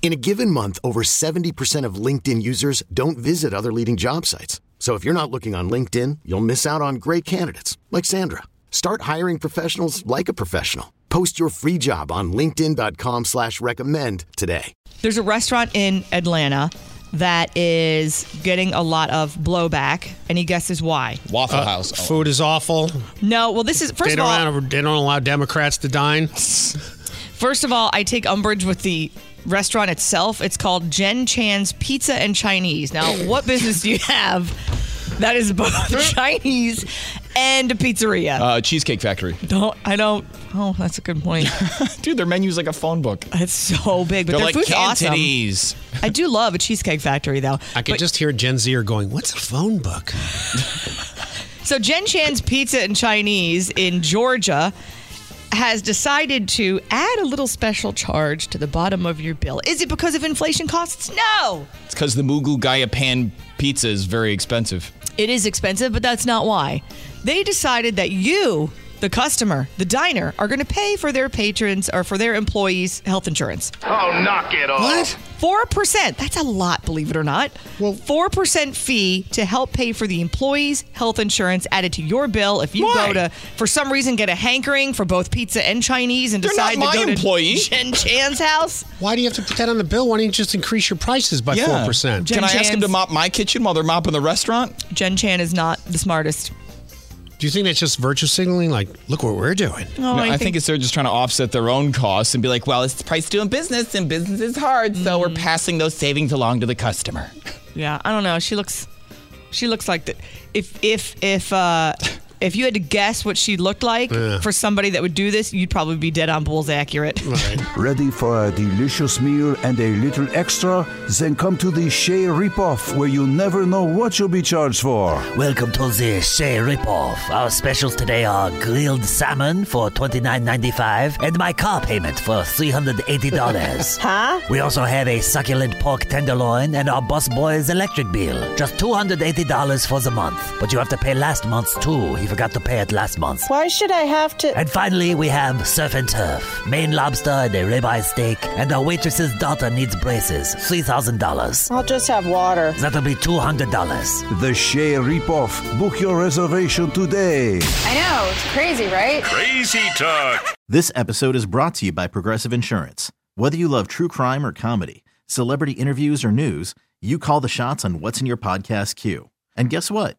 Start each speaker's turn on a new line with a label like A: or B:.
A: In a given month, over 70% of LinkedIn users don't visit other leading job sites. So if you're not looking on LinkedIn, you'll miss out on great candidates like Sandra. Start hiring professionals like a professional. Post your free job on linkedin.com slash recommend today.
B: There's a restaurant in Atlanta that is getting a lot of blowback. Any guesses why?
C: Waffle House. Oh.
D: Uh, Food is awful.
B: No, well, this is first
D: They
B: of
D: don't,
B: all.
D: allow, they don't allow Democrats to dine.
B: First of all, I take umbrage with the restaurant itself. It's called Jen Chan's Pizza and Chinese. Now, what business do you have that is both Chinese and a pizzeria?
C: Uh, Cheesecake Factory.
B: don't I don't. Oh, that's a good point.
C: Dude, their menu's like a phone book.
B: It's so big, but
C: They're
B: their
C: like
B: food's awesome.
C: Cantonese.
B: I do love a cheesecake factory, though.
D: I could
B: But-
D: just hear Gen Zer going, What's a phone book?
B: So Jen Chan's Pizza and Chinese in Georgia has decided to add a little special charge to the bottom of your bill. Is it because of inflation costs? No.
C: It's because the Mugu Gaya Pan pizza is very expensive.
B: It is expensive, but that's not why. They decided that you, the customer, the diner, are going to pay for their patrons or for their employees' health insurance.
E: Oh, knock it off.
D: What?
B: 4%. That's a lot, believe it or not. Well, 4% fee to help pay for the employee's health insurance added to your bill if you go
C: Why?
B: to, for some reason, get a hankering for both pizza and Chinese and
C: They're not
B: decide
C: my
B: to go
C: employee.
B: to Jen Chan's house.
D: Why do you have to put that on the bill? Why don't you just increase your prices by
B: Jen
D: 4%?
C: Can I ask him
B: Chan's-
C: to mop my kitchen while they're mopping the restaurant?
B: Jen Chan is not the smartest.
D: Do you think that's just virtue signaling? Like, look what we're doing.
B: Oh,
C: No, I, think, it's they're just trying to offset their own costs and be like, well, it's the price of doing business, and business is hard, so
B: Mm.
C: we're passing those savings along to the customer.
B: Yeah, I don't know. She looks, she looks like that. If if if uh, if you had to guess what she looked like for somebody that would do this, you'd probably be dead on bulls accurate.
F: Ready for a delicious meal and a little extra? Then come to the Shea Ripoff where you'll never know what you'll be charged for.
G: Welcome to the Shea Ripoff. Our specials today are grilled salmon for $29.95 and my car payment for $380. huh? We also have a succulent pork tenderloin and our busboy's electric bill. Just $280 for the month. But you have to pay last month's too. He forgot to pay it last month.
H: Why should I have to?
G: And finally, we have surf and turf, Maine lobster and a ribeye steak, and our waitress's daughter needs braces, $3,000.
H: I'll just have water.
G: That'll be $200.
F: The Shea Ripoff. Book your reservation today.
I: I know, it's crazy, right?
E: Crazy talk.
J: This episode is brought to you by Progressive Insurance. Whether you love true crime or comedy, celebrity interviews or news, you call the shots on what's in your podcast queue. And guess what?